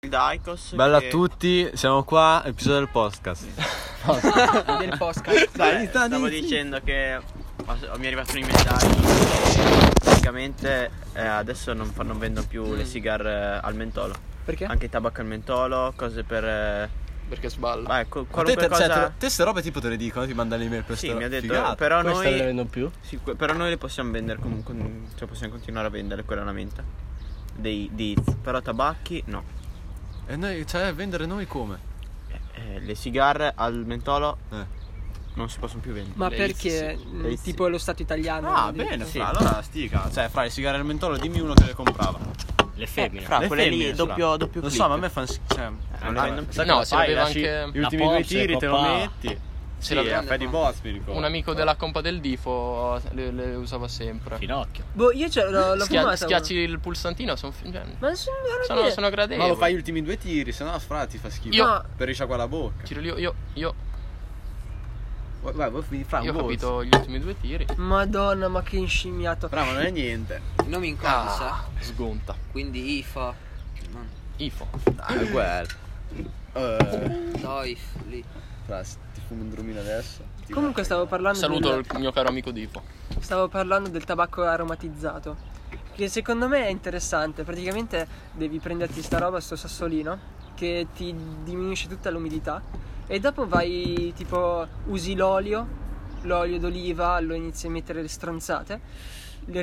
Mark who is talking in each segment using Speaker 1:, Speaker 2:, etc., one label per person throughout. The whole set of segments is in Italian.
Speaker 1: di Daikos.
Speaker 2: Bella
Speaker 1: che-
Speaker 2: a tutti, siamo qua, episodio del podcast.
Speaker 3: del podcast.
Speaker 1: Dai,
Speaker 2: Dai,
Speaker 1: stavo
Speaker 2: dai, sì.
Speaker 1: dicendo che ho- mi è arrivato un messaggio. Praticamente eh, adesso non, fanno- non vendono più le cigar eh, al mentolo.
Speaker 3: Perché?
Speaker 1: Anche il tabacco al mentolo, cose per. eh,
Speaker 3: Perché sballa.
Speaker 1: vai, co-
Speaker 2: Ma te,
Speaker 1: qualunque
Speaker 2: te- cioè,
Speaker 1: cosa.
Speaker 2: te- te ste robe tipo te le dicono, ti mandano l'email per
Speaker 1: Sì,
Speaker 2: sta-
Speaker 1: mi ha detto,
Speaker 2: figata.
Speaker 1: però
Speaker 4: Questa non le
Speaker 1: noi,
Speaker 4: vendono più?
Speaker 1: sì, que- però noi le possiamo vendere comunque, cioè possiamo continuare a vendere, quella è la menta. Dei, di Iz. però tabacchi no.
Speaker 2: E noi, cioè, vendere noi come?
Speaker 1: Eh, eh, le cigar al mentolo
Speaker 2: Eh.
Speaker 1: non si possono più vendere.
Speaker 3: Ma
Speaker 4: Le
Speaker 3: perché?
Speaker 4: Izzi.
Speaker 3: Mm,
Speaker 1: Le Izzi.
Speaker 3: Tipo lo Stato italiano.
Speaker 2: Ah,
Speaker 3: quindi-
Speaker 2: bene,
Speaker 1: Sì.
Speaker 2: fra, allora stica. Cioè, fra, i sigari al mentolo, dimmi uno che le comprava.
Speaker 4: Le femmine.
Speaker 1: fra- Ah,
Speaker 2: Le
Speaker 1: quelle lì,
Speaker 2: femmine,
Speaker 1: doppio-
Speaker 2: fra.
Speaker 1: doppio
Speaker 2: Lo
Speaker 1: click.
Speaker 2: so, ma a me fanno... sch- Cioè,
Speaker 1: non le
Speaker 2: eh,
Speaker 1: vendono più.
Speaker 2: sai
Speaker 5: No,
Speaker 2: cosa
Speaker 5: se
Speaker 2: fai?
Speaker 5: aveva
Speaker 2: Lasci
Speaker 5: anche
Speaker 2: Gli ultimi
Speaker 4: la
Speaker 2: due
Speaker 4: Porsche,
Speaker 2: tiri te lo
Speaker 4: coppa.
Speaker 2: metti. Sì,
Speaker 5: la
Speaker 2: a
Speaker 5: prende,
Speaker 2: fai di
Speaker 5: fa.
Speaker 2: boss, mi ricordo.
Speaker 5: Un amico della compa del Difo le, le usava sempre.
Speaker 4: Finocchio.
Speaker 3: Boh, io ce l'ho, l'ho
Speaker 5: Schia-
Speaker 3: fumata.
Speaker 5: schiacci il pulsantino, sono, fin- cioè,
Speaker 3: Ma sono,
Speaker 5: sono, sono
Speaker 2: Ma
Speaker 5: gradevoli.
Speaker 2: lo fai gli ultimi due tiri, sennò fra ti fa schifo.
Speaker 5: Io-
Speaker 3: No.
Speaker 2: Per risciacqua la bocca.
Speaker 5: Tiro io, io, io,
Speaker 2: Guarda, guarda, quindi fra
Speaker 5: io
Speaker 2: un
Speaker 5: ho
Speaker 2: volto.
Speaker 5: capito gli ultimi due tiri.
Speaker 3: Madonna, ma che inscimmiato.
Speaker 2: Fra, ma non è niente.
Speaker 6: Non mi incansa.
Speaker 5: sgonta.
Speaker 6: Quindi IFA. Non-
Speaker 5: Ifo.
Speaker 2: Dai, Ah, guarda. Eh,
Speaker 6: Doif lì.
Speaker 2: fra, se ti fumo un drumino adesso. ti-
Speaker 3: Comunque stavo parlando
Speaker 5: Saluto
Speaker 3: del-
Speaker 5: il mio caro amico Difo.
Speaker 3: Stavo parlando del tabacco aromatizzato. Che secondo me è interessante. Praticamente devi prenderti sta roba, sto sassolino, che ti diminuisce tutta l'umidità. E dopo vai, tipo, usi l'olio, l'olio d'oliva, lo inizi a mettere le stronzate. Le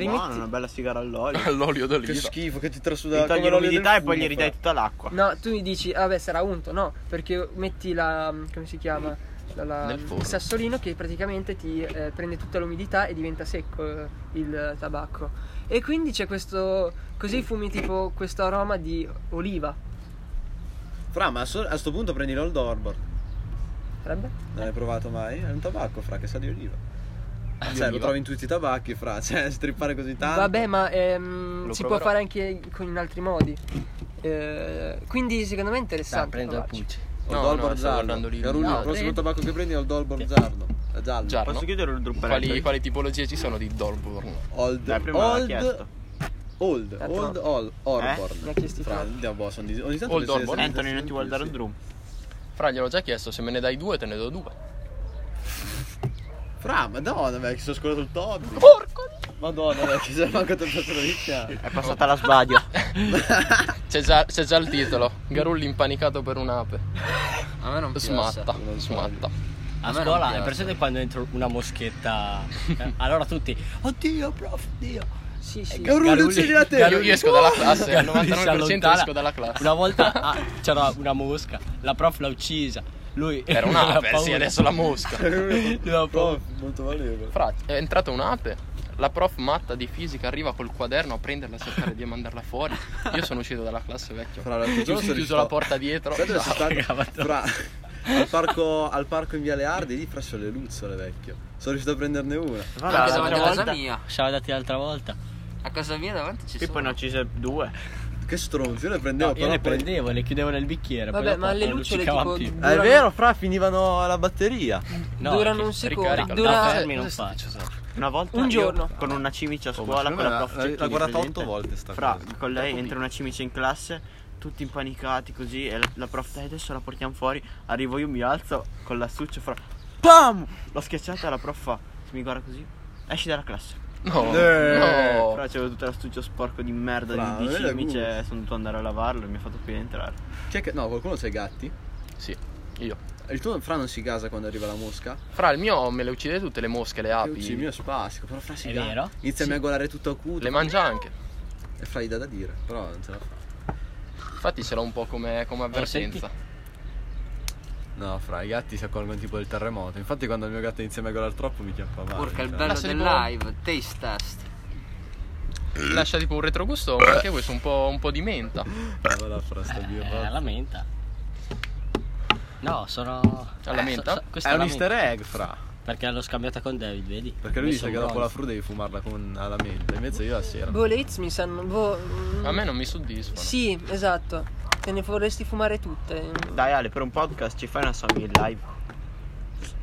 Speaker 1: Buona,
Speaker 3: rimetti.
Speaker 1: una bella sigara all'olio.
Speaker 5: All'olio
Speaker 2: Che
Speaker 5: d'oliva.
Speaker 2: schifo, che ti trasuda
Speaker 1: Gli togli
Speaker 2: come l'olio
Speaker 1: l'umidità
Speaker 2: del
Speaker 1: e poi gli
Speaker 2: fumo,
Speaker 1: ridai
Speaker 2: fra.
Speaker 1: tutta l'acqua.
Speaker 3: No, tu mi dici, ah beh, sarà unto, no, perché metti la. come si chiama? La- la-
Speaker 5: Nel forno.
Speaker 3: il sassolino che praticamente ti eh, prende tutta l'umidità e diventa secco eh, il tabacco. E quindi c'è questo. così fumi tipo questo aroma di oliva.
Speaker 2: Fra, ma so- a sto punto prendi l'Old Orbor.
Speaker 3: Sarebbe?
Speaker 2: Non l'hai provato mai? È un tabacco, fra, che sa di oliva. Cioè, lo trovi in tutti i tabacchi, fra, cioè, strippare così tanto.
Speaker 3: Vabbè, ma ehm,
Speaker 5: Lo
Speaker 3: si
Speaker 5: proverò.
Speaker 3: può fare anche con- in altri modi. Eh, quindi secondo me è
Speaker 4: Sta
Speaker 3: interessante.
Speaker 4: prendendo
Speaker 3: provarci.
Speaker 4: pulci.
Speaker 2: Old
Speaker 5: No, no,
Speaker 2: Orbor
Speaker 5: stavo
Speaker 2: giallo.
Speaker 5: guardando lì.
Speaker 2: Carullo,
Speaker 3: No,
Speaker 2: il prossimo
Speaker 3: eh.
Speaker 2: tabacco che prendi è Old Orbor giallo. Eh, Giallo.
Speaker 5: Giallo.
Speaker 1: Posso chiudere il druppaletto?
Speaker 5: Quali, quali tipologie ci sono di Dolborn?
Speaker 2: Old
Speaker 1: Dai, prima l'ha
Speaker 2: Old
Speaker 1: chiesto. Eh?
Speaker 2: Old
Speaker 3: Tanto-
Speaker 2: Old Old Orborn.
Speaker 3: Mi ha chiesto i
Speaker 2: Fra,
Speaker 3: fatti.
Speaker 2: andiamo, boh, sono dis- ogni tanto
Speaker 5: Old
Speaker 2: le sei-
Speaker 5: Orbor.
Speaker 2: sei-
Speaker 1: Anthony non ti vuole dare
Speaker 2: sì.
Speaker 1: il drum.
Speaker 5: Fra, gliel'ho già chiesto, se me ne dai due te ne do due.
Speaker 2: Fra, madonna, ma che sono scolato il top.
Speaker 5: Porco!
Speaker 2: Madonna, ma che sei manco tanto provincia.
Speaker 1: È passata la sbaglio.
Speaker 5: C'è già, c'è già il titolo. Garulli impanicato per un'ape.
Speaker 6: A me non piace.
Speaker 5: Smatta,
Speaker 2: Non so.
Speaker 5: smatta.
Speaker 4: A,
Speaker 6: A me non
Speaker 4: scuola è
Speaker 6: piace.
Speaker 4: presente quando entro una moschetta. eh, allora tutti. Oddio, prof, oddio.
Speaker 3: Sì, sì.
Speaker 2: Carullo, uccidi la te.
Speaker 5: Io, io esco dalla classe, al
Speaker 4: Garulli si
Speaker 5: 99%
Speaker 4: allontana.
Speaker 5: esco dalla classe.
Speaker 4: Una volta ah, c'era una mosca, la prof l'ha uccisa. Lui
Speaker 5: Era
Speaker 4: aveva
Speaker 5: un'ape, sì,
Speaker 4: paura.
Speaker 5: adesso la mosca.
Speaker 4: Aveva paura.
Speaker 2: Prof, molto valevole.
Speaker 5: Fra, è entrata un'ape. La prof matta di fisica arriva col quaderno a prenderla e cercare di mandarla fuori. Io sono uscito dalla classe vecchio.
Speaker 2: Fra, l'altro
Speaker 5: Io
Speaker 2: giorno
Speaker 5: ho
Speaker 2: sono
Speaker 5: chiuso
Speaker 2: riuscito-
Speaker 5: la porta dietro.
Speaker 2: Sai dove sono
Speaker 4: raga,
Speaker 2: stato? Fra,
Speaker 4: madonna.
Speaker 2: al parco, al parco in Viale Ardi, lì fra c'ho le luzzole, vecchio. Sono riuscito a prenderne una.
Speaker 1: Guarda,
Speaker 6: Anche
Speaker 1: l'altra
Speaker 6: davanti a
Speaker 1: volta-
Speaker 6: casa mia.
Speaker 4: Siamo andati l'altra volta.
Speaker 6: A casa mia davanti ci
Speaker 1: Qui poi
Speaker 6: sono.
Speaker 1: ne ho uccise due.
Speaker 2: Che stronzo, io le
Speaker 4: No,
Speaker 2: prendevo,
Speaker 4: io
Speaker 2: però
Speaker 4: le
Speaker 2: poi-
Speaker 4: prendevo, le chiudevo nel bicchiere. poi
Speaker 3: Vabbè,
Speaker 4: dopo
Speaker 3: ma le
Speaker 4: non
Speaker 3: lucciole
Speaker 4: luccicavano
Speaker 3: tipo.
Speaker 4: più.
Speaker 2: Ah, È
Speaker 3: durano-
Speaker 2: vero, fra, finivano alla batteria.
Speaker 4: No,
Speaker 3: durano
Speaker 4: che-
Speaker 3: un secondo,
Speaker 5: Ricarica.
Speaker 3: dura-
Speaker 4: No, fermi, non
Speaker 5: Cosa
Speaker 4: fa.
Speaker 5: stai facendo?
Speaker 1: Una volta
Speaker 3: Un
Speaker 1: io
Speaker 3: giorno.
Speaker 1: con una cimice a
Speaker 2: Oh, ma
Speaker 1: scuola,
Speaker 2: secondo
Speaker 1: con la
Speaker 2: me
Speaker 1: prof
Speaker 2: l'ha- l'ha
Speaker 1: Cecchini,
Speaker 2: guardata
Speaker 1: presente?
Speaker 2: otto volte sta
Speaker 1: Fra,
Speaker 2: cosa.
Speaker 1: con lei entra una cimice in classe, tutti impanicati così e la, la prof dai adesso la portiamo fuori. Arrivo io mi alzo con l'astuccio fra PAM! L'ho schiacciata e la prof fa mi guarda così. Esci dalla classe.
Speaker 5: No,
Speaker 2: Eh,
Speaker 5: no.
Speaker 1: Però c'avevo tutto l'astuccio sporco di merda
Speaker 2: Fra,
Speaker 1: di, di
Speaker 2: non è da
Speaker 1: cimice, sono dovuto andare a lavarlo e mi ha fatto qui entrare.
Speaker 2: C'è che... No, qualcuno c'ha i gatti?
Speaker 5: Sì, io.
Speaker 2: Il tuo fra non si casa quando arriva la mosca?
Speaker 5: Fra il mio me le uccide tutte le mosche, le
Speaker 2: Io uccidi il
Speaker 5: api.
Speaker 2: mio spastico, però fra si
Speaker 4: È
Speaker 2: gasa.
Speaker 4: vero?
Speaker 2: Inizia a miagolare tutto acuto.
Speaker 5: Le mangia anche.
Speaker 2: E fra gli dà da dire, però non ce la fa.
Speaker 5: Infatti ce l'ho un po' come, come
Speaker 6: Eh,
Speaker 5: avvertenza.
Speaker 2: No, fra i gatti si accorgono tipo del terremoto. Infatti quando il mio gatto inizia a miagolare troppo mi chiappa male. cioè,
Speaker 6: Porca il
Speaker 2: fra.
Speaker 6: bello
Speaker 5: Lascia
Speaker 6: del
Speaker 5: tipo-
Speaker 6: live. Taste test.
Speaker 5: Lascia tipo un retrogusto, ma anche questo un po', un po' di menta.
Speaker 2: Guarda, fra, sta
Speaker 4: Eh,
Speaker 2: birra.
Speaker 4: la menta. No, sono.
Speaker 5: Alla
Speaker 4: eh,
Speaker 5: menta?
Speaker 4: questa
Speaker 2: È
Speaker 4: la
Speaker 2: un
Speaker 4: menta,
Speaker 2: easter egg, fra.
Speaker 4: Perché l'ho scambiata con David, vedi?
Speaker 2: Perché lui
Speaker 4: Ho
Speaker 2: dice
Speaker 4: messo
Speaker 2: che
Speaker 4: un
Speaker 2: dopo la
Speaker 4: bronzo.
Speaker 2: fru devi fumarla con alla mente, invece io la sera.
Speaker 3: Boh, le hits mi sanno. Boh, mm,
Speaker 5: A me non mi soddisfano.
Speaker 3: Sì, esatto. Te ne vorresti fumare tutte.
Speaker 1: Dai Ale, per un podcast ci fai una song in live.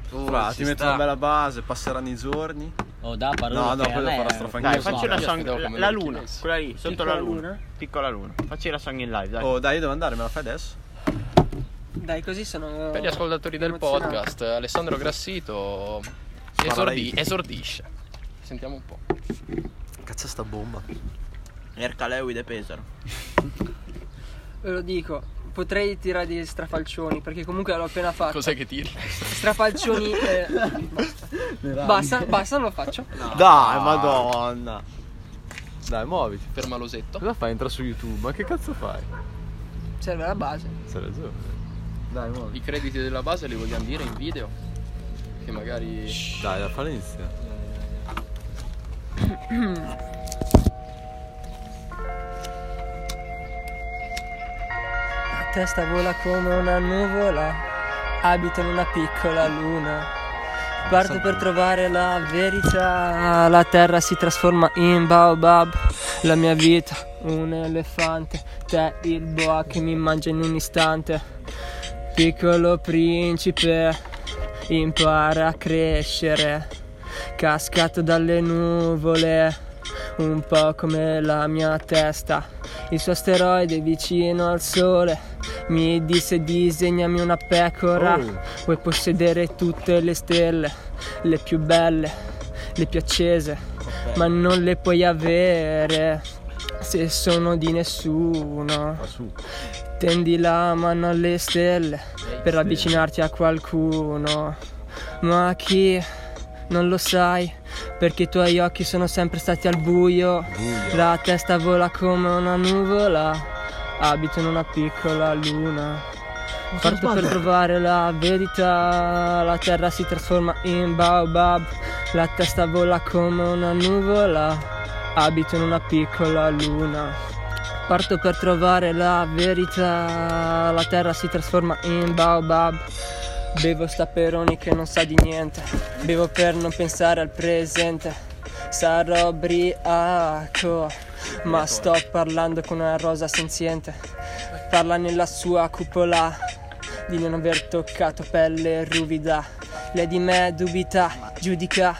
Speaker 6: Oh,
Speaker 2: Fra,
Speaker 6: ci
Speaker 2: ti metto
Speaker 6: sta.
Speaker 2: una bella base, passeranno i giorni.
Speaker 4: O da parola.
Speaker 2: No, no,
Speaker 4: Oh, che a
Speaker 2: quello
Speaker 4: me
Speaker 2: farà
Speaker 4: è-
Speaker 2: strafangare.
Speaker 1: Dai,
Speaker 4: lo so.
Speaker 1: facci la
Speaker 5: io
Speaker 1: song.
Speaker 5: stavo
Speaker 1: La,
Speaker 5: come
Speaker 1: la
Speaker 5: Lucky
Speaker 1: luna,
Speaker 5: Lace.
Speaker 1: quella lì, sotto
Speaker 3: Piccola
Speaker 1: la luna.
Speaker 3: luna?
Speaker 1: Piccola luna. Facci la song in live, dai.
Speaker 2: Oh, dai, io devo andare, me la fai adesso?
Speaker 3: Dai, così sono.
Speaker 5: Per gli ascoltatori del
Speaker 3: emozionato.
Speaker 5: podcast, Alessandro Grassito esordi- esordisce. Sentiamo un po'.
Speaker 2: Cazzo sta bomba.
Speaker 1: Ercaleu de Pesaro.
Speaker 3: Ve lo dico, potrei tirare degli strafalcioni, perché comunque l'ho appena fatto.
Speaker 5: Cos'è che tiri?
Speaker 3: Strafalcioni. eh, basta, basta, non lo faccio.
Speaker 2: Dai, madonna.
Speaker 7: Dai, muoviti.
Speaker 2: Boh.
Speaker 5: Ferma l'osetto.
Speaker 7: Cosa fai? Entra su YouTube. Ma che cazzo fai?
Speaker 3: Serve la base.
Speaker 7: Sei ragione. Dai, muoviti.
Speaker 5: I crediti della base li vogliamo dire in video? Che magari...
Speaker 7: Dai, da fare inizio.
Speaker 3: La testa vola come una nuvola, abito in una piccola luna. Parto per trovare la verità, la terra si trasforma in baobab, la mia vita un elefante, te il boa che mi mangia in un istante. Piccolo principe, impara a crescere, cascato dalle nuvole, un po' come la mia testa. Il suo asteroide vicino al sole mi disse disegnami una pecora, vuoi possedere tutte le stelle, le più belle, le più accese, ma non le puoi avere se sono di nessuno. Tendi la mano alle stelle per avvicinarti a qualcuno, ma chi non lo sai perché i tuoi occhi sono sempre stati al buio. La testa vola come una nuvola. Abito in una piccola luna. Parto per trovare la verità. La terra si trasforma in baobab. La testa vola come una nuvola. Abito in una piccola luna. Parto per trovare la verità. La terra si trasforma in baobab. Bevo staperoni che non sa di niente. Bevo per non pensare al presente. Sarò ubriaco, ma sto parlando con una rosa senziente. Parla nella sua cupola di non aver toccato pelle ruvida. Lei di me dubita, giudica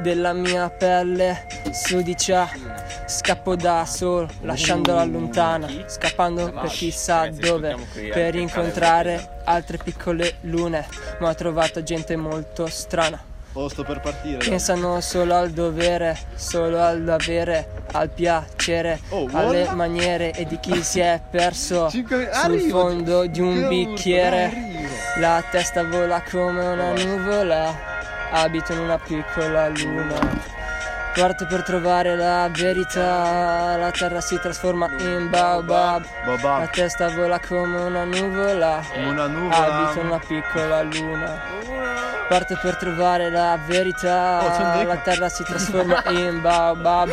Speaker 3: della mia pelle sudicia. Scappo da solo, lasciandola lontana, scappando per chissà dove, per incontrare altre piccole lune. Ma ho trovato gente molto strana.
Speaker 2: Oh, sto per partire.
Speaker 3: Pensano solo al dovere, solo all'avere, al piacere,
Speaker 2: Oh,
Speaker 3: alle maniere e di chi si è perso sul fondo di un bicchiere. La testa vola come una
Speaker 2: Oh.
Speaker 3: nuvola, abito in una piccola luna. Parto per trovare la verità, la terra si trasforma in baobab. La
Speaker 2: Babà,
Speaker 3: testa vola come una nuvola,
Speaker 2: come una
Speaker 7: Ah,
Speaker 2: nuvola.
Speaker 3: abito in Ah, una piccola luna. Parto per trovare la verità.
Speaker 2: Oh, c'è un deco.
Speaker 3: la terra si trasforma in baobab.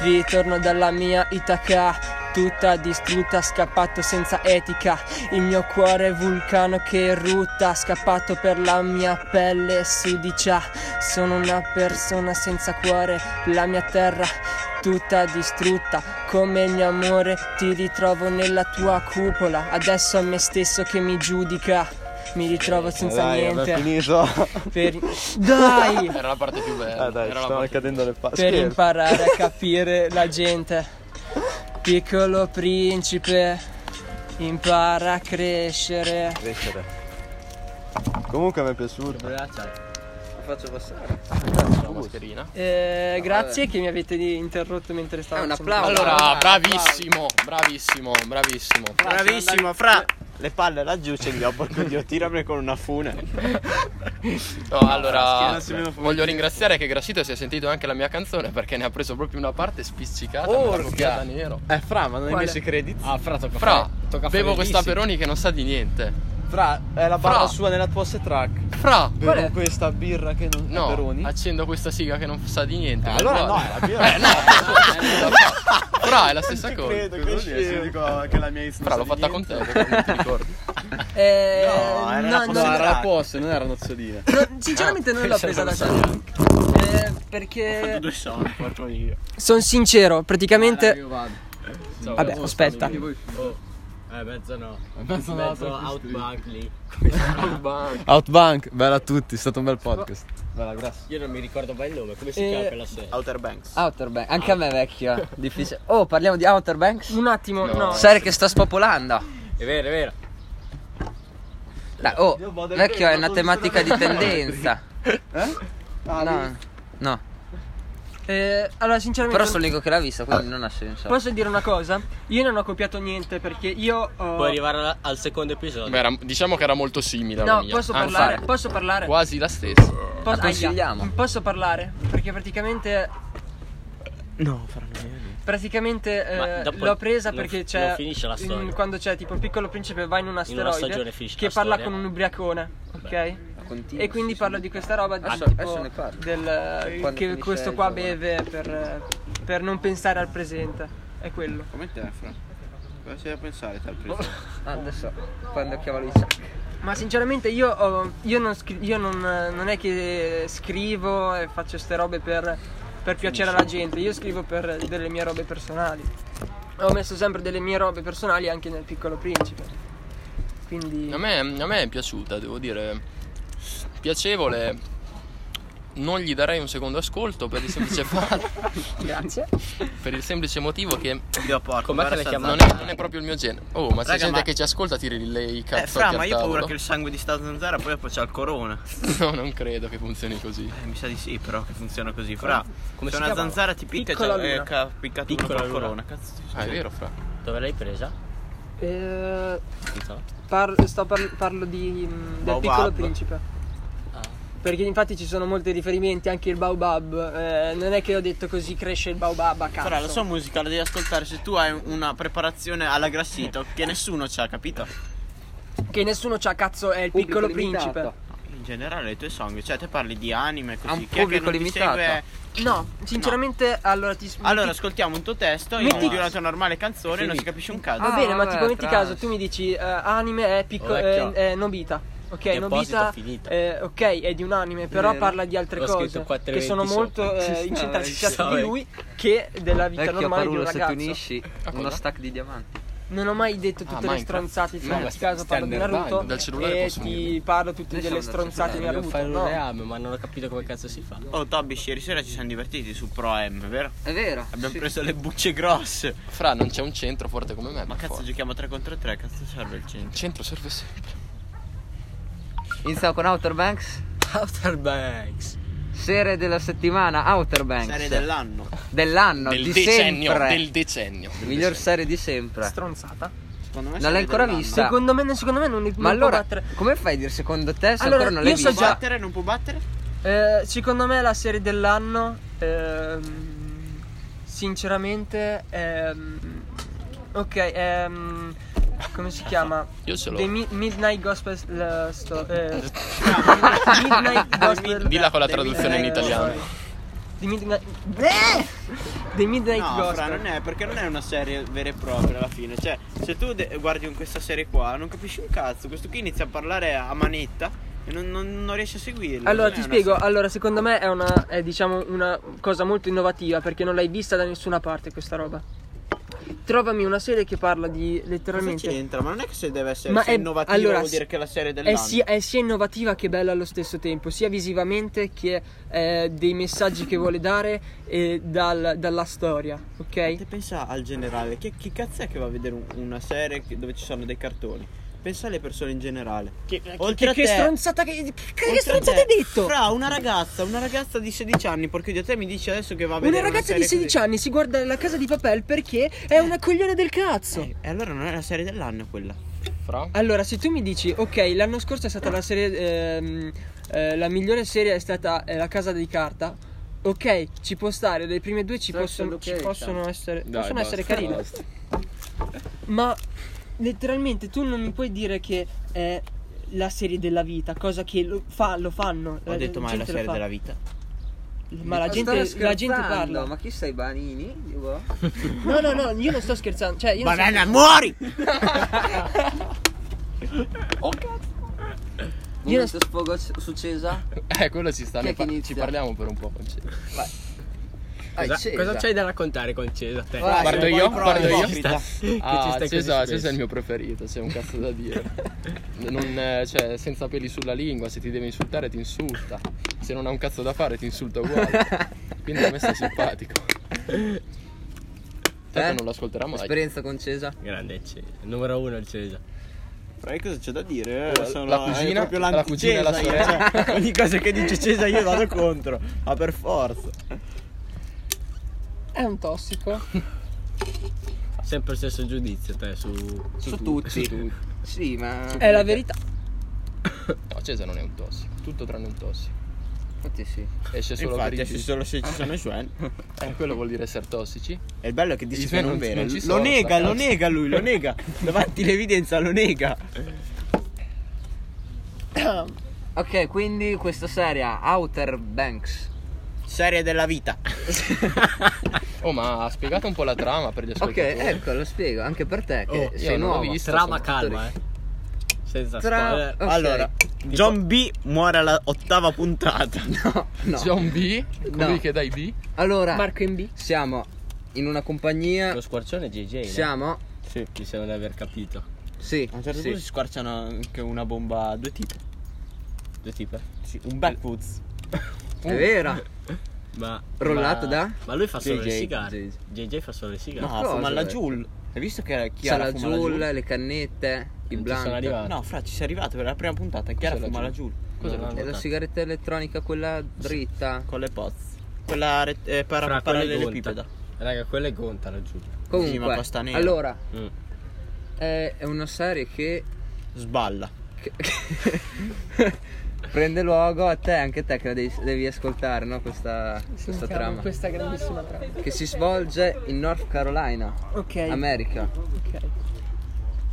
Speaker 3: Ritorno dalla mia Itaca. Tutta distrutta, scappato senza etica. Il mio cuore è vulcano che erutta. Scappato per la mia pelle sudicia. Sono una persona senza cuore. La mia terra tutta distrutta. Come il mio amore ti ritrovo nella tua cupola. Adesso a me stesso che mi giudica. Mi ritrovo senza
Speaker 7: Dai,
Speaker 3: niente.
Speaker 7: abbiamo finito.
Speaker 3: Per- Dai!
Speaker 5: Era la parte più bella.
Speaker 6: Eh,
Speaker 7: Ah, dai,
Speaker 5: Era la
Speaker 7: stavano
Speaker 5: parte-
Speaker 7: cadendo le palle.
Speaker 3: per imparare a capire la gente. Piccolo principe, impara a crescere.
Speaker 7: crescere. Comunque mi è piaciuto.
Speaker 6: faccio passare.
Speaker 5: la mascherina.
Speaker 3: Eh, grazie che mi avete interrotto mentre stavo.
Speaker 6: Eh, un
Speaker 3: facendo-
Speaker 6: applauso.
Speaker 5: Allora,
Speaker 6: Bravo,
Speaker 5: bravissimo, bravissimo, bravissimo.
Speaker 1: Bravissimo, fra! Le palle laggiù c'è il porco dio, tiramele con una fune.
Speaker 5: No, allora, voglio ringraziare che Grassito si è sentito anche la mia canzone perché ne ha preso proprio una parte spiccicata.
Speaker 2: Porca.
Speaker 5: Porca nero.
Speaker 2: Eh, Fra, ma non hai
Speaker 3: Quale?
Speaker 2: messo i credits?
Speaker 4: Ah, fra, tocca
Speaker 5: Fra,
Speaker 4: fare- tocca fare
Speaker 5: bevo
Speaker 4: il
Speaker 5: questa
Speaker 4: dissing.
Speaker 5: Peroni che non sa di niente.
Speaker 2: Fra, è la barra
Speaker 5: Fra.
Speaker 2: sua nella tua set track.
Speaker 5: Fra,
Speaker 3: Qual è?
Speaker 2: Bevo questa birra che non
Speaker 5: no,
Speaker 2: è Peroni.
Speaker 5: accendo questa siga che non sa di niente. ma
Speaker 2: allora
Speaker 5: buona.
Speaker 2: no, è la birra.
Speaker 5: Eh, no. Fra, è la stessa cosa.
Speaker 2: che
Speaker 7: eh,
Speaker 2: dico che la mia
Speaker 5: Fra, l'ho fatta con te, perché non ti ricordi.
Speaker 3: Eh,
Speaker 1: No, era la
Speaker 3: no,
Speaker 2: No,
Speaker 1: posta-
Speaker 3: no,
Speaker 2: era la posta, non era nozzolina.
Speaker 3: no, sinceramente non l'ho presa da Charlie. Eh, perché
Speaker 1: Due sono, porco dio.
Speaker 3: Eh, sono sincero, praticamente. Vabbè, aspetta.
Speaker 4: Eh, mezzo no.
Speaker 7: Mezzo no,
Speaker 4: Mezzo
Speaker 7: troppo
Speaker 4: Outback lì.
Speaker 7: Outbank, bella a tutti, è stato un bel podcast. Bella, grazie.
Speaker 4: Io non mi ricordo mai il nome, come si
Speaker 3: Eh,
Speaker 4: chiama quella serie?
Speaker 1: Outer Banks.
Speaker 6: Outer Banks, anche a me è vecchia. Difficile. Oh, parliamo di Outer Banks?
Speaker 3: Un attimo, no.
Speaker 5: No.
Speaker 6: Serie che sta spopolando.
Speaker 4: È vero, è vero.
Speaker 6: Dai, oh, vecchio è una tematica di tendenza. No, no.
Speaker 3: Eh, allora, sinceramente.
Speaker 6: Però sono l'unico che l'ha vista, quindi non ha senso.
Speaker 3: Posso dire una cosa? Io non ho copiato niente perché io ho.
Speaker 4: Puoi arrivare alla- al secondo episodio.
Speaker 5: Beh, era- diciamo che era molto simile alla
Speaker 3: No,
Speaker 5: mia.
Speaker 3: posso
Speaker 5: Anzi,
Speaker 3: parlare?
Speaker 6: fare.
Speaker 3: Posso parlare?
Speaker 5: quasi la stessa.
Speaker 3: Posso-
Speaker 6: La consigliamo.
Speaker 3: Aia, Posso parlare? Perché praticamente.
Speaker 1: No, fra
Speaker 6: eh,
Speaker 1: me.
Speaker 3: Praticamente eh,
Speaker 4: Ma dopo
Speaker 3: l'ho presa
Speaker 4: non-
Speaker 3: perché
Speaker 4: non
Speaker 3: c'è.
Speaker 4: finisce la
Speaker 3: in-
Speaker 4: storia.
Speaker 3: quando c'è tipo un piccolo principe va in un
Speaker 4: una
Speaker 3: asteroide
Speaker 4: stagione finisce
Speaker 3: che
Speaker 4: la
Speaker 3: parla
Speaker 4: storia.
Speaker 3: con un ubriacone, ok?
Speaker 6: Continua,
Speaker 3: E quindi
Speaker 6: sì,
Speaker 3: parlo di questa roba
Speaker 6: Adesso-
Speaker 3: tipo,
Speaker 6: adesso ne parlo.
Speaker 3: del
Speaker 6: Quando
Speaker 3: che
Speaker 6: finisce
Speaker 3: questo
Speaker 6: il
Speaker 3: qua
Speaker 6: giorno.
Speaker 3: beve per, per non pensare al presente. È quello.
Speaker 2: Come te, Fra? Cosa c'è da pensare te al preso?
Speaker 6: sì. Ah, Adesso, quando chiama lui Chuck.
Speaker 3: Ma sinceramente io, ho- io, non, scri- io non, non è che scrivo e faccio ste robe per, per piacere alla gente, io scrivo per delle mie robe personali. Ho messo sempre delle mie robe personali anche nel Piccolo Principe. Quindi...
Speaker 5: A me, a me è piaciuta, devo dire. Piacevole. Non gli darei un secondo ascolto per il semplice fatto.
Speaker 3: Grazie.
Speaker 5: per il semplice motivo che
Speaker 1: Dio porco,
Speaker 4: Com'è che
Speaker 1: guarda
Speaker 4: le
Speaker 1: sta
Speaker 4: chiamano?
Speaker 5: non
Speaker 1: zanzara.
Speaker 5: è, non è proprio il mio genere. Oh, ma se
Speaker 1: Raga,
Speaker 5: gente
Speaker 1: ma-
Speaker 5: che ci ascolta tiri lei i
Speaker 1: Eh,
Speaker 5: cazzotti
Speaker 1: fra,
Speaker 5: al
Speaker 1: ma io ho paura
Speaker 5: tavolo.
Speaker 1: che il sangue di sta zanzara poi appoggia al corona.
Speaker 5: No, non credo che funzioni così.
Speaker 1: Eh, mi sa di sì, però che funziona così. Fra,
Speaker 4: come
Speaker 1: se
Speaker 4: si
Speaker 1: una
Speaker 4: chiamava?
Speaker 1: zanzara ti picca,
Speaker 3: Piccola
Speaker 1: cioè, eh,
Speaker 3: luna.
Speaker 1: ca- piccato uno
Speaker 4: Piccola
Speaker 1: col
Speaker 4: luna.
Speaker 1: corona. Cazzo, ti
Speaker 5: Ah, è vero, fra.
Speaker 4: Dove l'hai presa?
Speaker 3: Eh,
Speaker 4: Non so.
Speaker 3: par- sto par- parlo di, mm, del
Speaker 1: Baobab.
Speaker 3: Piccolo Principe.
Speaker 4: Ah.
Speaker 3: Perché infatti ci sono molti riferimenti anche il Baobab. eh, non è che ho detto così cresce il Baobab a caso.
Speaker 1: Fra, la sua musica la devi ascoltare se tu hai una preparazione alla grassito che nessuno c'ha, capito?
Speaker 3: Che nessuno c'ha cazzo è il Piccolo Principe.
Speaker 1: In generale, i tuoi song, cioè, te parli di anime così.
Speaker 6: Ha un
Speaker 1: Chi è che
Speaker 6: pubblico
Speaker 1: non ti
Speaker 6: limitato.
Speaker 1: segue?
Speaker 3: No, sinceramente, allora ti
Speaker 1: Allora,
Speaker 3: ti-
Speaker 1: ascoltiamo un tuo testo in
Speaker 3: Metti-
Speaker 1: durante una normale canzone e non si capisce un cazzo.
Speaker 3: va
Speaker 6: Ah,
Speaker 3: bene, ma
Speaker 6: vabbè,
Speaker 3: tipo metti
Speaker 6: trans.
Speaker 3: caso, tu mi dici eh, anime è picco-
Speaker 4: Vecchio.
Speaker 3: eh, eh, Nobita. Ok,
Speaker 4: Deposito
Speaker 3: Nobita
Speaker 4: finito.
Speaker 3: eh, ok, è di un anime, però
Speaker 6: Vero.
Speaker 3: parla di altre
Speaker 4: Ho
Speaker 3: cose
Speaker 4: scritto 4,20
Speaker 3: che sono
Speaker 4: sopra.
Speaker 3: molto eh,
Speaker 6: Ci sta,
Speaker 3: incentrate
Speaker 6: ci
Speaker 3: sul
Speaker 4: sta,
Speaker 3: cazzo di
Speaker 4: vecchio.
Speaker 3: lui che della vita
Speaker 6: Vecchio
Speaker 3: normale di un
Speaker 6: parulo, se ti
Speaker 3: ragazzo.
Speaker 6: unisci, uno
Speaker 5: cosa?
Speaker 6: stack di diamanti.
Speaker 3: Non ho mai detto tutte le
Speaker 5: Minecraft.
Speaker 3: stronzate, tipo
Speaker 4: No,
Speaker 3: in
Speaker 4: ma
Speaker 3: questo caso
Speaker 4: stai
Speaker 3: parlo di
Speaker 4: andando.
Speaker 3: Naruto
Speaker 5: Dal cellulare
Speaker 3: e
Speaker 5: posso
Speaker 3: ti
Speaker 5: dirlo.
Speaker 3: parlo tutte
Speaker 6: Noi
Speaker 3: delle
Speaker 6: siamo dal
Speaker 3: stronzate di
Speaker 6: cellulare,
Speaker 4: Devo
Speaker 3: Naruto.
Speaker 4: fare un
Speaker 3: no.
Speaker 4: reame, ma non ho capito come cazzo si fa.
Speaker 1: Oh, Toby, ieri sera ci siamo divertiti su Pro M, vero?
Speaker 6: È vero.
Speaker 1: Abbiamo
Speaker 6: sì.
Speaker 1: preso le bucce grosse.
Speaker 5: Fra, non c'è un centro forte come me.
Speaker 1: Ma
Speaker 5: per
Speaker 1: cazzo,
Speaker 5: forza.
Speaker 1: giochiamo 3 contro 3, cazzo serve il
Speaker 5: il
Speaker 1: centro.
Speaker 5: centro serve sempre.
Speaker 6: Iniziamo con Outer Banks.
Speaker 4: Outer Banks.
Speaker 6: Serie della settimana, Outer Banks.
Speaker 1: Serie dell'anno.
Speaker 6: Dell'anno,
Speaker 5: del
Speaker 6: di
Speaker 5: decennio,
Speaker 6: sempre.
Speaker 5: del decennio.
Speaker 6: Miglior serie di sempre.
Speaker 3: Stronzata.
Speaker 1: Secondo me
Speaker 6: Non
Speaker 1: serie
Speaker 6: l'hai ancora
Speaker 1: dell'anno.
Speaker 6: vista?
Speaker 3: Secondo me, secondo me non li
Speaker 6: Ma
Speaker 3: non può
Speaker 6: allora,
Speaker 3: battere.
Speaker 6: come fai a dire secondo te se
Speaker 3: Allora,
Speaker 6: ancora non l'hai
Speaker 3: io so
Speaker 1: Può
Speaker 6: vista?
Speaker 3: già-
Speaker 1: battere, non può battere?
Speaker 3: Eh, secondo me la serie dell'anno, ehm, sinceramente, ehm, ok, ehm, come si chiama?
Speaker 5: Io ce l'ho.
Speaker 3: The Mi- Midnight Gospel eh, Sto- eh, Midnight Gospel
Speaker 5: Dilla con la
Speaker 1: The
Speaker 5: traduzione in
Speaker 1: Midnight
Speaker 5: italiano.
Speaker 3: The Midnight The Midnight
Speaker 1: No, fra,
Speaker 3: Gospel
Speaker 1: non è perché non è una serie vera e propria alla fine. Cioè, se tu de- guardi in questa serie qua, non capisci un cazzo. Questo qui inizia a parlare a manetta e non, non- non riesci a seguirlo.
Speaker 3: Allora
Speaker 1: Non
Speaker 3: ti
Speaker 1: è una
Speaker 3: spiego,
Speaker 1: serie-
Speaker 3: allora secondo me è una, è, diciamo, una cosa molto innovativa perché non l'hai vista da nessuna parte questa roba. Trovami una serie che parla di
Speaker 1: Cosa
Speaker 3: letteralmente
Speaker 1: c'entra? Ma non è che se deve essere
Speaker 3: Ma
Speaker 1: se
Speaker 3: è-
Speaker 1: innovativa
Speaker 3: allora, eh,
Speaker 1: vuol dire che è la serie
Speaker 3: È
Speaker 1: dell'anno.
Speaker 3: sia, è sia innovativa che bella allo stesso tempo, sia visivamente che eh, dei messaggi che vuole dare e dal- dalla storia, ok?
Speaker 1: Te pensa al generale, che, chi cazzo è che va a vedere un- una serie che- dove ci sono dei cartoni? Pensa alle persone in generale.
Speaker 4: Che- che-
Speaker 1: Oltre
Speaker 3: Che,
Speaker 1: a
Speaker 3: che
Speaker 1: te-
Speaker 3: stronzata che, che- che
Speaker 1: oltre a
Speaker 3: stronzata
Speaker 1: te,
Speaker 3: hai detto?
Speaker 1: Fra una ragazza, una ragazza di 16 anni, perché di te mi dici adesso che va a vedere
Speaker 3: Una ragazza
Speaker 1: serie
Speaker 3: di 16
Speaker 1: così.
Speaker 3: anni si guarda la casa di papel perché è una coglione del cazzo.
Speaker 1: Eh, E allora non è la serie dell'anno quella.
Speaker 5: Fra?
Speaker 3: Allora, se tu mi dici, ok, l'anno scorso è stata la serie. ehm, eh, la migliore serie è stata eh, La casa di carta. Ok, ci può stare, le prime due ci
Speaker 6: Sex
Speaker 3: possono, ci
Speaker 6: Education.
Speaker 3: possono essere,
Speaker 5: Dai,
Speaker 3: possono
Speaker 5: basta,
Speaker 3: essere carine.
Speaker 5: basta.
Speaker 3: Ma letteralmente tu non mi puoi dire che è la serie della vita, cosa che lo, fa- lo fanno.
Speaker 1: Ho detto mai la serie della vita.
Speaker 3: vita. Ma la
Speaker 6: Ma
Speaker 3: gente,
Speaker 6: stavo
Speaker 3: la gente
Speaker 6: scherzando,
Speaker 3: parla.
Speaker 6: Ma chi sei Banini? Dico?
Speaker 3: No, no, no, io non sto scherzando. Cioè, io non sto-
Speaker 1: Banana, muori!
Speaker 3: Io
Speaker 6: Momento sfogo su Cesa.
Speaker 5: Eh, quello ci sta.
Speaker 6: Chi è
Speaker 5: ne
Speaker 6: che
Speaker 5: par-
Speaker 6: inizia?
Speaker 5: ci parliamo per un po', Francesco.
Speaker 3: Ah,
Speaker 4: Dai,
Speaker 6: Cosa-
Speaker 4: Cesa.
Speaker 6: cosa c'hai
Speaker 4: da raccontare con Cesa? Te?
Speaker 1: Ah,
Speaker 6: Vai,
Speaker 5: Guardo io, guardo io.
Speaker 4: ci
Speaker 5: Ah,
Speaker 4: stai così
Speaker 5: Cesa,
Speaker 4: spesso.
Speaker 5: Cesa è il mio preferito, c'è un cazzo da dire. Non, eh, cioè, senza peli sulla lingua, se ti deve insultare ti insulta. Se non ha un cazzo da fare ti insulta uguale. Quindi a me sta simpatico. Tanto
Speaker 6: Eh?
Speaker 5: non lo ascolterà mai.
Speaker 6: Esperienza con Cesa?
Speaker 4: Grande Cesa, numero uno il Cesa.
Speaker 1: Frate, cosa c'è da dire? eh?
Speaker 5: La-
Speaker 1: Sono
Speaker 5: la cugina-
Speaker 1: è proprio
Speaker 5: la cugina e la
Speaker 1: l'anticesa,
Speaker 5: sorella.
Speaker 1: cioè, ogni cosa che dice Cesa io vado contro, ma per forza.
Speaker 3: È un tossico.
Speaker 4: Sempre lo stesso giudizio te su...
Speaker 6: Su, tutti. Sì, ma.
Speaker 3: È la verità.
Speaker 5: No, Cesa non è un tossico, tutto tranne un tossico.
Speaker 6: Infatti, sì.
Speaker 5: Esce solo
Speaker 1: Infatti,
Speaker 5: per i
Speaker 1: esce solo se ci sono i Sven.
Speaker 5: Eh, quello vuol dire essere tossici.
Speaker 1: E il bello è che dice
Speaker 5: I
Speaker 1: che
Speaker 5: Sven
Speaker 1: non
Speaker 5: non-
Speaker 1: vero.
Speaker 5: non ci
Speaker 1: Lo
Speaker 5: sono,
Speaker 1: nega, lo
Speaker 5: ragazzi.
Speaker 1: nega lui, lo nega. Davanti all'evidenza lo nega.
Speaker 6: Ok, quindi questa serie Outer Banks.
Speaker 1: Serie della vita.
Speaker 5: Oh, ma spiegate un po' la trama per gli
Speaker 6: Ok,
Speaker 5: ascoltatori.
Speaker 6: ecco, lo spiego anche per te che
Speaker 5: Oh, io
Speaker 6: sei
Speaker 5: non l'ho
Speaker 6: nuovo.
Speaker 5: visto.
Speaker 4: Trama
Speaker 5: sono
Speaker 4: calma, eh. Senza
Speaker 6: Tra-
Speaker 4: spoiler.
Speaker 6: Ok.
Speaker 1: Allora, John B muore alla ottava puntata.
Speaker 6: No, no.
Speaker 5: John B, colui
Speaker 6: No.
Speaker 5: che dai B.
Speaker 6: Allora,
Speaker 3: Marco in B.
Speaker 6: siamo in una compagnia.
Speaker 4: Lo squarcione è JJ, no?
Speaker 6: Siamo.
Speaker 4: Mi sembra di aver capito.
Speaker 6: Sì,
Speaker 1: A un certo
Speaker 6: sì.
Speaker 1: punto si squarciano anche una bomba a due tipi.
Speaker 4: Due tipi.
Speaker 1: un backwoods.
Speaker 6: è vero.
Speaker 4: Ma...
Speaker 6: Rollato
Speaker 4: ma-
Speaker 6: da?
Speaker 4: Ma lui fa solo le
Speaker 1: JJ.
Speaker 4: sigare. JJ fa solo le sigare.
Speaker 1: No,
Speaker 6: cosa,
Speaker 1: fuma la
Speaker 6: eh?
Speaker 1: Joule. Hai visto che
Speaker 6: C'è
Speaker 1: Chiara
Speaker 6: la
Speaker 1: fuma la Joule?
Speaker 6: Joule, eh, le cannette, i
Speaker 4: Non ci
Speaker 6: blunt.
Speaker 4: sono
Speaker 6: E
Speaker 4: arrivato.
Speaker 1: No, fra, ci sei arrivato per la prima puntata. Chiara
Speaker 5: Cos'è la
Speaker 1: fuma la
Speaker 5: Juul?
Speaker 1: Joule.
Speaker 5: Cosa no,
Speaker 4: No, no,
Speaker 6: la sigaretta elettronica, quella dritta.
Speaker 1: Con le pozze. Quella re- eh, para-
Speaker 4: Fra, quella è
Speaker 1: parallelelepipeda.
Speaker 4: gonta. Raga, quella è gonta laggiù.
Speaker 1: Sì, ma
Speaker 6: Comunque,
Speaker 1: costa nero.
Speaker 6: allora,
Speaker 4: Mm.
Speaker 6: è, è una serie che,
Speaker 1: Sballa.
Speaker 6: che- prende luogo a te, anche te che la devi, devi ascoltare, no? Questa, questa
Speaker 3: Sentiamo
Speaker 6: trama.
Speaker 3: Questa grandissima trama.
Speaker 6: Che si svolge in North Carolina,
Speaker 3: Ok.
Speaker 6: America,
Speaker 3: Ok.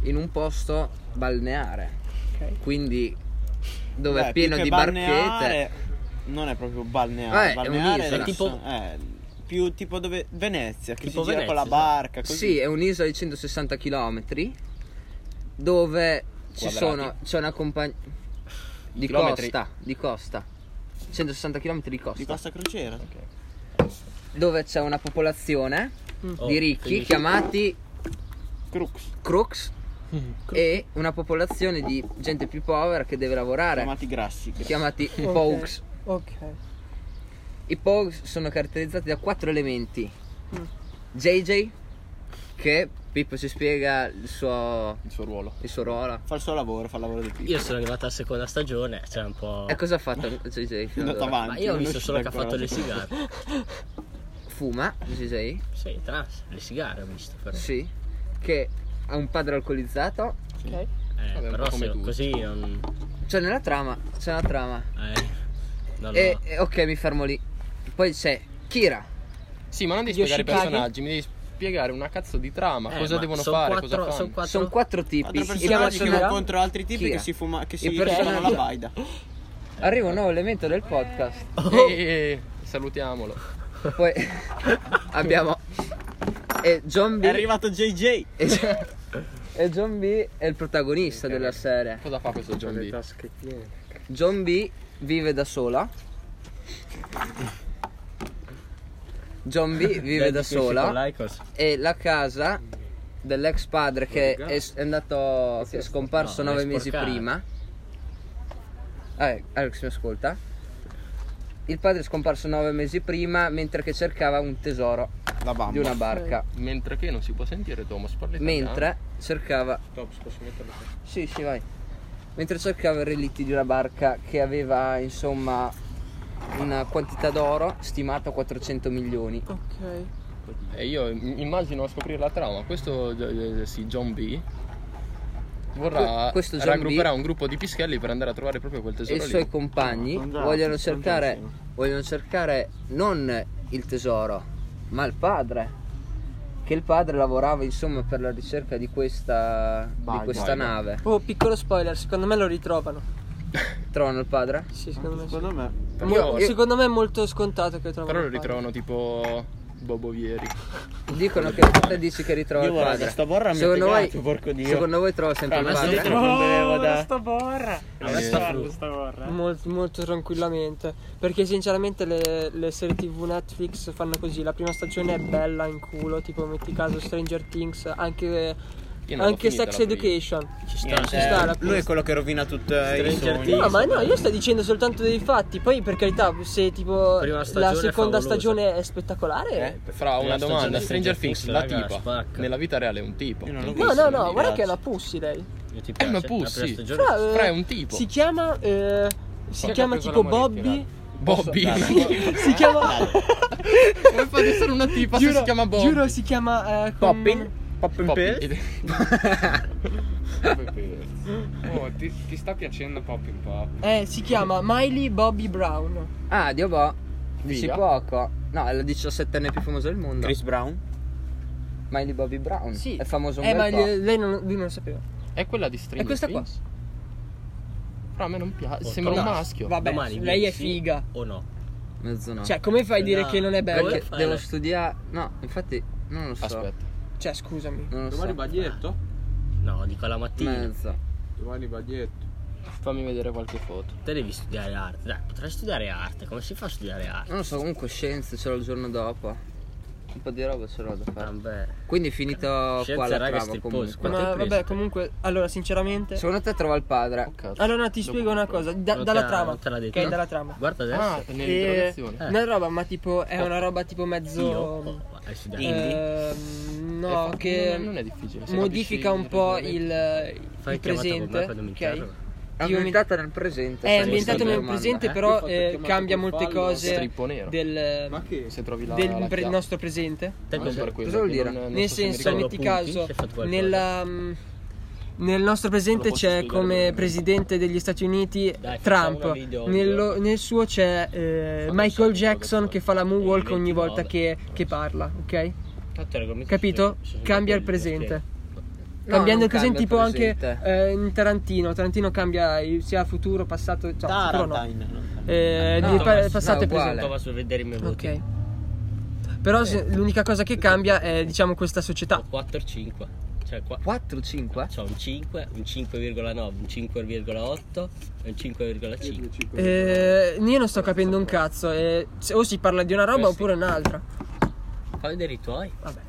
Speaker 6: in un posto balneare.
Speaker 3: Ok.
Speaker 6: Quindi, dove
Speaker 1: Beh,
Speaker 6: è pieno
Speaker 1: più che
Speaker 6: di
Speaker 1: balneare,
Speaker 6: barchette.
Speaker 1: Non è proprio
Speaker 6: Eh,
Speaker 1: balneare.
Speaker 6: è
Speaker 1: balneare
Speaker 6: un'isola.
Speaker 1: è
Speaker 4: Tipo-
Speaker 1: eh, più tipo dove Venezia, che
Speaker 4: Tipo
Speaker 1: si gira
Speaker 4: Venezia,
Speaker 1: con la
Speaker 4: sì.
Speaker 1: barca, così.
Speaker 6: Sì, eh. è un'isola di 160 km dove ci
Speaker 5: Quadrati.
Speaker 6: sono, c'è una compagnia di
Speaker 5: Chilometri.
Speaker 6: costa, di costa. 160 km di costa,
Speaker 1: Di Costa Crociera.
Speaker 6: dove c'è una popolazione
Speaker 4: Oh,
Speaker 6: di ricchi
Speaker 4: quindi-
Speaker 6: chiamati
Speaker 1: Crux.
Speaker 6: crooks e una popolazione di gente più povera che deve lavorare
Speaker 1: Chiamati grassi.
Speaker 6: chiamati
Speaker 3: Ok.
Speaker 6: pogues.
Speaker 3: Ok.
Speaker 6: I pogues sono caratterizzati da quattro elementi.
Speaker 3: Mm.
Speaker 6: JJ che Pippo ci spiega il suo
Speaker 5: il suo ruolo.
Speaker 6: il suo ruolo.
Speaker 1: Fa il suo lavoro, fa il lavoro di più.
Speaker 4: Io sono arrivato alla seconda stagione, c'è un po'...
Speaker 5: Ecco,
Speaker 6: E cosa ha fatto JJ?
Speaker 1: È
Speaker 6: fino ad
Speaker 1: andato
Speaker 6: ora?
Speaker 1: avanti.
Speaker 4: Ma io ho
Speaker 1: non è
Speaker 4: visto solo che
Speaker 1: uscito
Speaker 4: ha fatto
Speaker 1: ancora.
Speaker 4: le sigare.
Speaker 6: Fuma, JJ?
Speaker 4: Sì, trans, le sigare ho visto però. Eh,
Speaker 6: Sì. Che ha un padre alcolizzato.
Speaker 3: Ok.
Speaker 4: Eh,
Speaker 5: Vabbè, un
Speaker 4: però
Speaker 5: po' come
Speaker 4: se-
Speaker 5: tu.
Speaker 4: così non...
Speaker 6: C'è nella trama, c'è una trama.
Speaker 4: Eh, non lo-
Speaker 5: Eh,
Speaker 6: E, e- ok, mi fermo lì. Poi c'è Kira.
Speaker 5: Sì, ma non devi spiegare
Speaker 3: Yoshikage?
Speaker 5: i personaggi, mi devi spiegare una cazzo di trama,
Speaker 4: Eh,
Speaker 5: cosa
Speaker 4: ma
Speaker 5: devono
Speaker 4: son
Speaker 5: fare,
Speaker 4: quattro-
Speaker 5: cosa
Speaker 4: son
Speaker 5: fanno.
Speaker 4: quattro-
Speaker 6: Sono quattro tipi.
Speaker 1: Quattro
Speaker 6: I
Speaker 1: personaggi che
Speaker 6: personaggi-
Speaker 1: vanno contro altri tipi
Speaker 6: Kira.
Speaker 1: che si fuma che
Speaker 6: I
Speaker 1: si
Speaker 6: personaggi-
Speaker 1: fumano la baida.
Speaker 6: Arriva un nuovo elemento del podcast.
Speaker 5: Ehi, salutiamolo.
Speaker 6: Poi abbiamo e John B.
Speaker 1: È arrivato JJ.
Speaker 6: e, e John B è il protagonista della serie.
Speaker 5: Cosa fa questo John B?
Speaker 6: John B vive da sola. John B vive da
Speaker 4: Vedi che esce con
Speaker 6: sola
Speaker 4: l'Icos.
Speaker 6: e la casa dell'ex padre che è, è andato che è scomparso
Speaker 4: No,
Speaker 6: nove
Speaker 4: l'hai
Speaker 6: mesi
Speaker 4: sporcata.
Speaker 6: prima. Eh, Alex mi ascolta. Il padre è scomparso nove mesi prima mentre che cercava un tesoro
Speaker 1: La
Speaker 6: di
Speaker 1: bamba.
Speaker 6: una barca.
Speaker 5: Mentre che non si può sentire Thomas, parla italiano.
Speaker 6: Mentre cercava Sì, sì, vai. Mentre cercava i relitti di una barca che aveva, insomma, una quantità d'oro stimata a 400 milioni.
Speaker 3: Ok.
Speaker 5: E io im- immagino a scoprire la trama. Questo eh, eh, sì, John B vorrà
Speaker 6: Que- questo John Esatto. B.
Speaker 5: raggrupperà un gruppo di pischelli per andare a trovare proprio quel
Speaker 6: E i
Speaker 5: tesoro
Speaker 6: suoi
Speaker 5: lì.
Speaker 6: compagni
Speaker 1: Non già,
Speaker 6: vogliono
Speaker 1: non già
Speaker 6: cercare,
Speaker 1: insieme.
Speaker 6: vogliono cercare non il tesoro, ma il padre. Che il padre lavorava, insomma, per la ricerca di questa, di
Speaker 1: Vai,
Speaker 6: questa
Speaker 1: vai, vai.
Speaker 6: nave.
Speaker 3: Oh, piccolo spoiler, secondo me lo ritrovano.
Speaker 6: Trovano il padre?
Speaker 3: Sì, secondo me. sì.
Speaker 1: Secondo me
Speaker 5: Per
Speaker 3: Mo-
Speaker 5: forza.
Speaker 3: secondo me è molto scontato che trovano.
Speaker 5: Però lo
Speaker 3: il padre.
Speaker 5: ritrovano tipo Bobovieri.
Speaker 6: Dicono che la tata dice che ritrova
Speaker 8: Io
Speaker 6: il
Speaker 8: guarda,
Speaker 6: padre.
Speaker 8: sta borra mi ha
Speaker 6: secondo voi,
Speaker 8: piegato, porco Dio.
Speaker 6: Secondo voi trova sempre
Speaker 8: Ah,
Speaker 6: il
Speaker 8: ma se
Speaker 6: padre?
Speaker 8: dentro non bevevo da...
Speaker 3: borra! Mol- molto tranquillamente. Perché sinceramente le, le serie tv Netflix fanno così. La prima stagione è bella in culo, tipo metti caso Stranger Things, anche,
Speaker 5: Io non l'ho
Speaker 3: anche
Speaker 5: finita
Speaker 3: Sex
Speaker 5: la prima. eh.
Speaker 3: Education.
Speaker 8: Ci sta,
Speaker 1: Niente,
Speaker 3: ci sta, la
Speaker 1: lui è quello che rovina tutto i
Speaker 8: Stranger
Speaker 1: sogni.
Speaker 3: No, ma no, io sto dicendo soltanto dei fatti. Poi per carità, se tipo
Speaker 4: Prima
Speaker 3: la
Speaker 4: stagione è
Speaker 3: seconda
Speaker 4: favolosa.
Speaker 3: stagione è spettacolare.
Speaker 5: Eh, fra
Speaker 4: La
Speaker 5: una
Speaker 4: stagione
Speaker 5: domanda,
Speaker 4: di
Speaker 5: Stranger Things, la
Speaker 4: raga,
Speaker 5: tipa,
Speaker 4: spacca.
Speaker 5: nella vita reale è un tipo.
Speaker 1: Io non l'ho
Speaker 5: Quindi
Speaker 3: No,
Speaker 1: visto,
Speaker 3: no,
Speaker 1: non
Speaker 3: no,
Speaker 1: mi
Speaker 3: guarda
Speaker 1: piace.
Speaker 3: che è una pussy lei.
Speaker 4: Io ti
Speaker 5: È una
Speaker 4: piace? La prima
Speaker 5: Eh, pussy.
Speaker 4: stagione
Speaker 6: Ah,
Speaker 3: Fra, eh,
Speaker 5: Fra è un tipo.
Speaker 3: Si chiama. eh, si
Speaker 5: Poi
Speaker 3: chiama
Speaker 5: capisco
Speaker 3: tipo
Speaker 5: la
Speaker 3: Bobby.
Speaker 5: Bobby.
Speaker 3: Si chiama.
Speaker 5: Come fa ad essere una tipa se si chiama Bobby?
Speaker 3: Giuro, si chiama. eh, con-
Speaker 1: Poppin
Speaker 5: Poppy.
Speaker 2: Oh, ti, ti sta piacendo Pop in Pop?
Speaker 3: Eh, si chiama Miley Bobby Brown.
Speaker 6: Ah, Dio boh. Dici
Speaker 5: Figa.
Speaker 6: poco. No, è la 17enne più famosa del mondo.
Speaker 1: Chris Brown?
Speaker 6: Miley Bobby Brown.
Speaker 3: Sì.
Speaker 6: È famoso un
Speaker 3: Eh,
Speaker 6: bel
Speaker 3: ma
Speaker 6: po'.
Speaker 3: le- lei non, lui non lo sapeva.
Speaker 5: È quella di Stranger
Speaker 6: È questa qua.
Speaker 5: Things? Fra a me non piace, sembra un
Speaker 4: no.
Speaker 5: maschio.
Speaker 3: Vabbè,
Speaker 4: Domani
Speaker 3: lei
Speaker 4: vieni,
Speaker 3: è
Speaker 4: sì
Speaker 3: figa.
Speaker 4: O no?
Speaker 6: Mezzo no.
Speaker 3: Cioè, eh, come fai a dire
Speaker 4: No,
Speaker 3: che non è bella?
Speaker 4: come
Speaker 6: perché
Speaker 4: fai?
Speaker 6: devo studiare. No, infatti, non lo so.
Speaker 5: Aspetta.
Speaker 3: Cioè, scusami.
Speaker 6: Non lo so.
Speaker 2: baglietto?
Speaker 4: No, dico la mattina.
Speaker 5: Eh.
Speaker 6: Mezzo.
Speaker 2: Domani baglietto.
Speaker 5: Fammi vedere qualche foto.
Speaker 4: Te devi studiare arte. Dai, potrai studiare arte. Come si fa a studiare arte?
Speaker 6: Non lo so, comunque scienze ce l'ho il giorno dopo. Un po' di roba ce l'ho
Speaker 5: Eh.
Speaker 6: da fare.
Speaker 4: Vabbè.
Speaker 6: Quindi è finito
Speaker 4: Ah, Scienze,
Speaker 6: qua la
Speaker 4: raga,
Speaker 6: trama
Speaker 4: stripposo.
Speaker 6: comunque.
Speaker 4: Quanto hai
Speaker 3: Ma
Speaker 4: preso?
Speaker 3: vabbè, comunque, allora, sinceramente.
Speaker 6: Secondo te trova il padre?
Speaker 5: Cazzo.
Speaker 3: Allora, no, ti spiego una cosa. da-
Speaker 4: Non te
Speaker 3: dalla
Speaker 4: la-
Speaker 3: trama.
Speaker 4: non te l'ha detto,
Speaker 3: Ok,
Speaker 4: no?
Speaker 3: dalla trama.
Speaker 4: Guarda adesso.
Speaker 5: Ah, nell'interrogazione.
Speaker 4: Eh.
Speaker 3: Una roba, ma tipo, è una roba tipo
Speaker 4: Io?
Speaker 3: mezzo.
Speaker 4: Oh, hai studiato.
Speaker 3: ehm,
Speaker 5: È
Speaker 3: no,
Speaker 5: Eh, fa-
Speaker 3: che.
Speaker 5: non è- non è difficile. se
Speaker 3: modifica
Speaker 5: capisci
Speaker 3: un po' il,
Speaker 5: regolamento.
Speaker 4: Fai
Speaker 3: il
Speaker 4: chiamata con
Speaker 3: presente.
Speaker 4: me quando mi
Speaker 3: Ok.
Speaker 4: interroga.
Speaker 6: È
Speaker 3: Io mi-
Speaker 6: ambientata nel presente.
Speaker 3: È
Speaker 6: questa
Speaker 3: ambientato nel
Speaker 6: domanda,
Speaker 3: presente,
Speaker 6: eh?
Speaker 2: Io ho
Speaker 3: però
Speaker 2: fatto
Speaker 3: eh,
Speaker 2: chiamata
Speaker 3: cambia
Speaker 2: col
Speaker 3: molte
Speaker 2: fallo.
Speaker 3: cose
Speaker 5: Strippo nero.
Speaker 2: Ma
Speaker 3: del,
Speaker 2: che?
Speaker 5: Se trovi la, la
Speaker 3: del pre-
Speaker 5: chiave.
Speaker 3: nostro presente.
Speaker 4: Te
Speaker 5: Non
Speaker 4: cosa-
Speaker 5: per quello,
Speaker 6: cosa vuol
Speaker 5: che
Speaker 6: dire?
Speaker 5: non- non
Speaker 3: Nel
Speaker 5: so se mi
Speaker 3: senso,
Speaker 5: ricordo.
Speaker 3: metti
Speaker 4: punti,
Speaker 3: caso,
Speaker 4: si è fatto qualcosa.
Speaker 3: nella, mm, nel nostro presente
Speaker 5: posso
Speaker 3: c'è
Speaker 5: spiegare
Speaker 3: come
Speaker 5: brevemente?
Speaker 3: presidente degli Stati Uniti
Speaker 4: Dai, facciamo
Speaker 3: Trump,
Speaker 4: una video,
Speaker 3: Nello-
Speaker 4: video.
Speaker 3: nel suo c'è eh,
Speaker 4: Fammi
Speaker 3: Michael
Speaker 4: sapere
Speaker 3: Jackson
Speaker 4: cosa
Speaker 3: che fa la
Speaker 4: fai.
Speaker 3: moonwalk
Speaker 4: Il
Speaker 3: ogni volta
Speaker 4: 29.
Speaker 3: che, che parla, ok?
Speaker 4: Tanto il regolamento
Speaker 3: Capito?
Speaker 4: si- si- si-
Speaker 3: Cambia
Speaker 4: si-
Speaker 3: il presente.
Speaker 6: No,
Speaker 3: Cambiando il
Speaker 6: non
Speaker 3: presente, tipo
Speaker 6: cambia il
Speaker 3: anche
Speaker 6: presente.
Speaker 3: eh, in Tarantino. Tarantino cambia il- sia futuro, passato. cioè, futuro no.
Speaker 1: Tarantine. no?
Speaker 3: Eh,
Speaker 6: No,
Speaker 3: di pa-
Speaker 6: no,
Speaker 3: passato e
Speaker 6: uguale.
Speaker 3: presente.
Speaker 4: Tanto va su vedere i miei voti.
Speaker 3: Ok. Però se- l'unica cosa che cambia è, diciamo, questa società.
Speaker 4: Ho 4 o 5. Cioè, qua...
Speaker 6: 4 5?
Speaker 4: C'ho un 5, un 5,9, un 5,8 e un 5,5.
Speaker 3: Eh, io non sto capendo un cazzo. eh, se- o si parla di una roba oppure un'altra.
Speaker 4: Fai vedere i tuoi.
Speaker 3: Vabbè.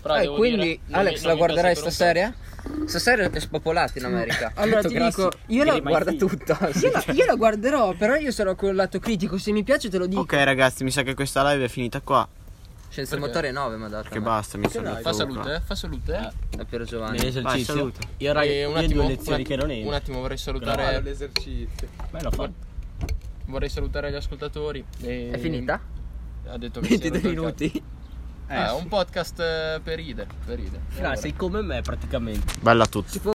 Speaker 5: Fra,
Speaker 6: Eh,
Speaker 5: devo
Speaker 6: quindi,
Speaker 5: dire, non mi-
Speaker 6: Alex,
Speaker 5: non
Speaker 6: la
Speaker 5: mi
Speaker 6: guarderai
Speaker 5: piace
Speaker 6: sta
Speaker 5: per
Speaker 6: serie? Sta serie è spopolata in America.
Speaker 3: Allora
Speaker 6: Tutto
Speaker 3: ti
Speaker 6: grasso.
Speaker 3: dico, io la,
Speaker 6: guarda tutto.
Speaker 3: io la- io la guarderò, però io sarò col lato critico. Se mi piace te lo dico.
Speaker 1: Ok ragazzi, mi sa che questa live è finita qua.
Speaker 6: Scienze motorie 9, ma dato.
Speaker 1: Che basta, mi sa
Speaker 5: un po'. Fa salute, eh, fa salute. eh.
Speaker 6: È Piero Giovanni.
Speaker 1: esercizio.
Speaker 4: Vai, saluta. Io raga,
Speaker 5: Eh,
Speaker 4: io due lezioni
Speaker 5: un-
Speaker 4: che non ero.
Speaker 5: un attimo vorrei
Speaker 2: Fare
Speaker 5: salutare
Speaker 2: l'esercizio.
Speaker 4: Bello fatto.
Speaker 5: vorrei salutare gli ascoltatori. e-
Speaker 6: È finita?
Speaker 5: Ha detto che si è
Speaker 6: 22
Speaker 5: rotto il cazzo.
Speaker 6: minuti.
Speaker 5: Eh, un podcast eh, per ridere, per ridere.
Speaker 4: Fra, sei come me praticamente.
Speaker 1: Bella a tutti.